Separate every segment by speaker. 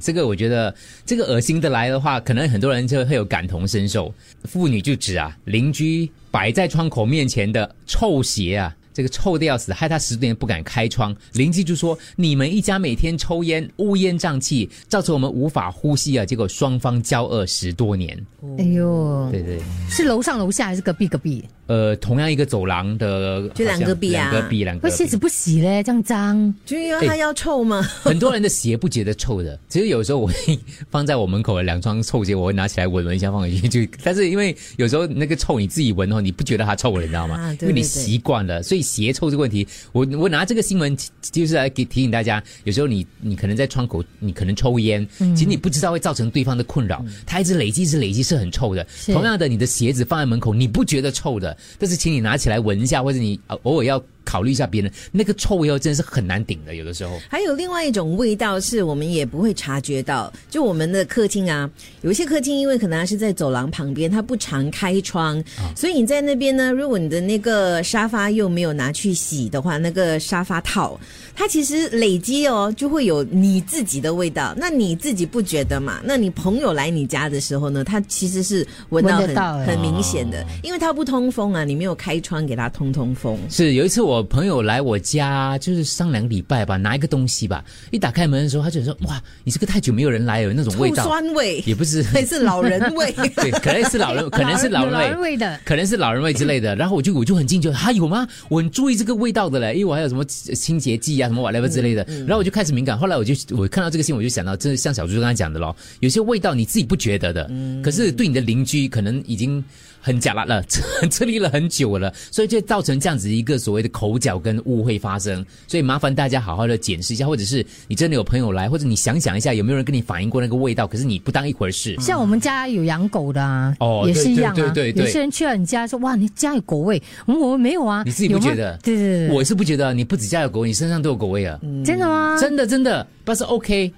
Speaker 1: 这个我觉得，这个恶心的来的话，可能很多人就会有感同身受。妇女就指啊，邻居摆在窗口面前的臭鞋啊，这个臭的要死，害他十多年不敢开窗。邻居就说：“你们一家每天抽烟，乌烟瘴气，造成我们无法呼吸啊！”结果双方交恶十多年。
Speaker 2: 哎呦，
Speaker 1: 对对，
Speaker 2: 是楼上楼下还是隔壁隔壁？
Speaker 1: 呃，同样一个走廊的，
Speaker 3: 就两个壁啊
Speaker 1: 好像两个壁，两个
Speaker 2: 那
Speaker 1: 壁
Speaker 2: 鞋子不洗嘞，这样脏。
Speaker 3: 就因为它要臭嘛。
Speaker 1: 很多人的鞋不觉得臭的，其实有时候我会放在我门口的两双臭鞋，我会拿起来闻闻一下，放回去 就。但是因为有时候那个臭你自己闻哦，你不觉得它臭了，你知道吗？
Speaker 3: 啊对对
Speaker 1: 因为你
Speaker 3: 对
Speaker 1: 习惯了，所以鞋臭这个问题，我我拿这个新闻就是来给提醒大家，有时候你你可能在窗口，你可能抽烟，
Speaker 3: 嗯
Speaker 1: 其实你不知道会造成对方的困扰，它一直累积，一直累积是很臭的。
Speaker 2: 是
Speaker 1: 同样的，你的鞋子放在门口，你不觉得臭的，但是请你拿起来闻一下，或者你呃偶尔要考虑一下别人那个臭味哦，真的是很难顶的，有的时候。
Speaker 3: 还有另外一种味道是我们也不会察觉到，就我们的客厅啊，有一些客厅因为可能它是在走廊旁边，它不常开窗，
Speaker 1: 啊
Speaker 3: 所以你在那边呢，如果你的那个沙发又没有拿去洗的话，那个沙发套它其实累积哦，就会有你自己的味道，那你自己不觉得嘛？那你朋友来你家的时候呢，他其实是闻到
Speaker 2: 闻得
Speaker 3: 很
Speaker 2: 到哎
Speaker 3: 很明显
Speaker 1: 哦
Speaker 3: 的，因为它不通风啊，你没有开窗给它通通风。
Speaker 1: 是有一次我朋友来我家，就是上两个礼拜吧，拿一个东西吧，一打开门的时候，他就说：“哇，你这个太久没有人来了，那种味
Speaker 3: 臭
Speaker 1: 道，
Speaker 3: 酸味，
Speaker 1: 也不是，
Speaker 3: 还是老人味。
Speaker 1: 对，可能是老 人，可能是老
Speaker 2: 有老
Speaker 1: 人
Speaker 2: 人
Speaker 1: 味。”
Speaker 2: 味的。
Speaker 1: 可能是老人味之类的，然后我就我就很惊觉，还有吗？我很注意这个味道的嘞，因为我还有什么清洁剂啊，什么 whatever 之类的，然后我就开始敏感。后来我就我看到这个新闻，我就想到，真的像小猪刚才讲的咯，有些味道你自己不觉得的，可是对你的邻居可能已经很假辣了， 很吃力了很久了，所以就造成这样子一个所谓的口角跟误会发生。所以麻烦大家好好的检视一下，或者是你真的有朋友来，或者你想想一下有没有人跟你反映过那个味道，可是你不当一回事。
Speaker 2: 像我们家有养狗的啊，
Speaker 1: 哦
Speaker 2: 也是一样啊。
Speaker 1: 对对对对对
Speaker 2: 有些人去了你家说哇，你家有狗味，我们我们没有啊。
Speaker 1: 你自己不
Speaker 2: 有吗
Speaker 1: 觉得
Speaker 2: 对对对
Speaker 1: 我是不觉得，你不止家有狗，你身上都有狗味啊。
Speaker 2: 对，真的吗？
Speaker 1: 真的真的，但是 OK，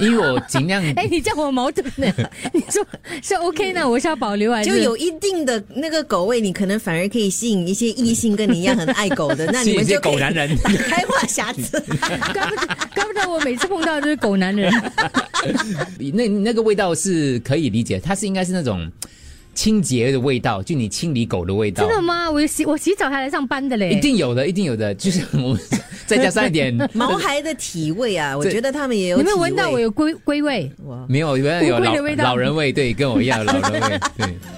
Speaker 1: 因为我尽量
Speaker 2: 哎，你叫我矛盾呢？你说是 OK 呢？我是要保留还是？
Speaker 3: 就有一定的那个狗味，你可能反而可以吸引一些异性跟你一样很爱狗的，那
Speaker 1: 吸
Speaker 3: 你
Speaker 1: 引一
Speaker 3: 们
Speaker 1: 些
Speaker 3: 就可以
Speaker 1: 狗男 人
Speaker 3: 打 开话匣子。
Speaker 2: 怪不得，怪不得我每次碰到都是狗男人。
Speaker 1: 那那个味道是可以理解，它是应该是那种清洁的味道，就你清理狗的味道
Speaker 2: 真。的吗？我洗我洗澡还来上班的
Speaker 1: 一
Speaker 2: 嘞。
Speaker 1: 定有的，一定有的，就是我们再加上一点
Speaker 3: 毛孩的体味啊，我
Speaker 1: 这
Speaker 3: 觉得他们也有
Speaker 2: 你
Speaker 3: 体
Speaker 2: 有
Speaker 3: 味。
Speaker 2: 没有闻到我有龟龟味？
Speaker 3: 哇
Speaker 1: 没有，原来有
Speaker 2: 乌龟
Speaker 1: 老
Speaker 2: 的味道
Speaker 1: 老人味，对，跟我一样有老人味，对。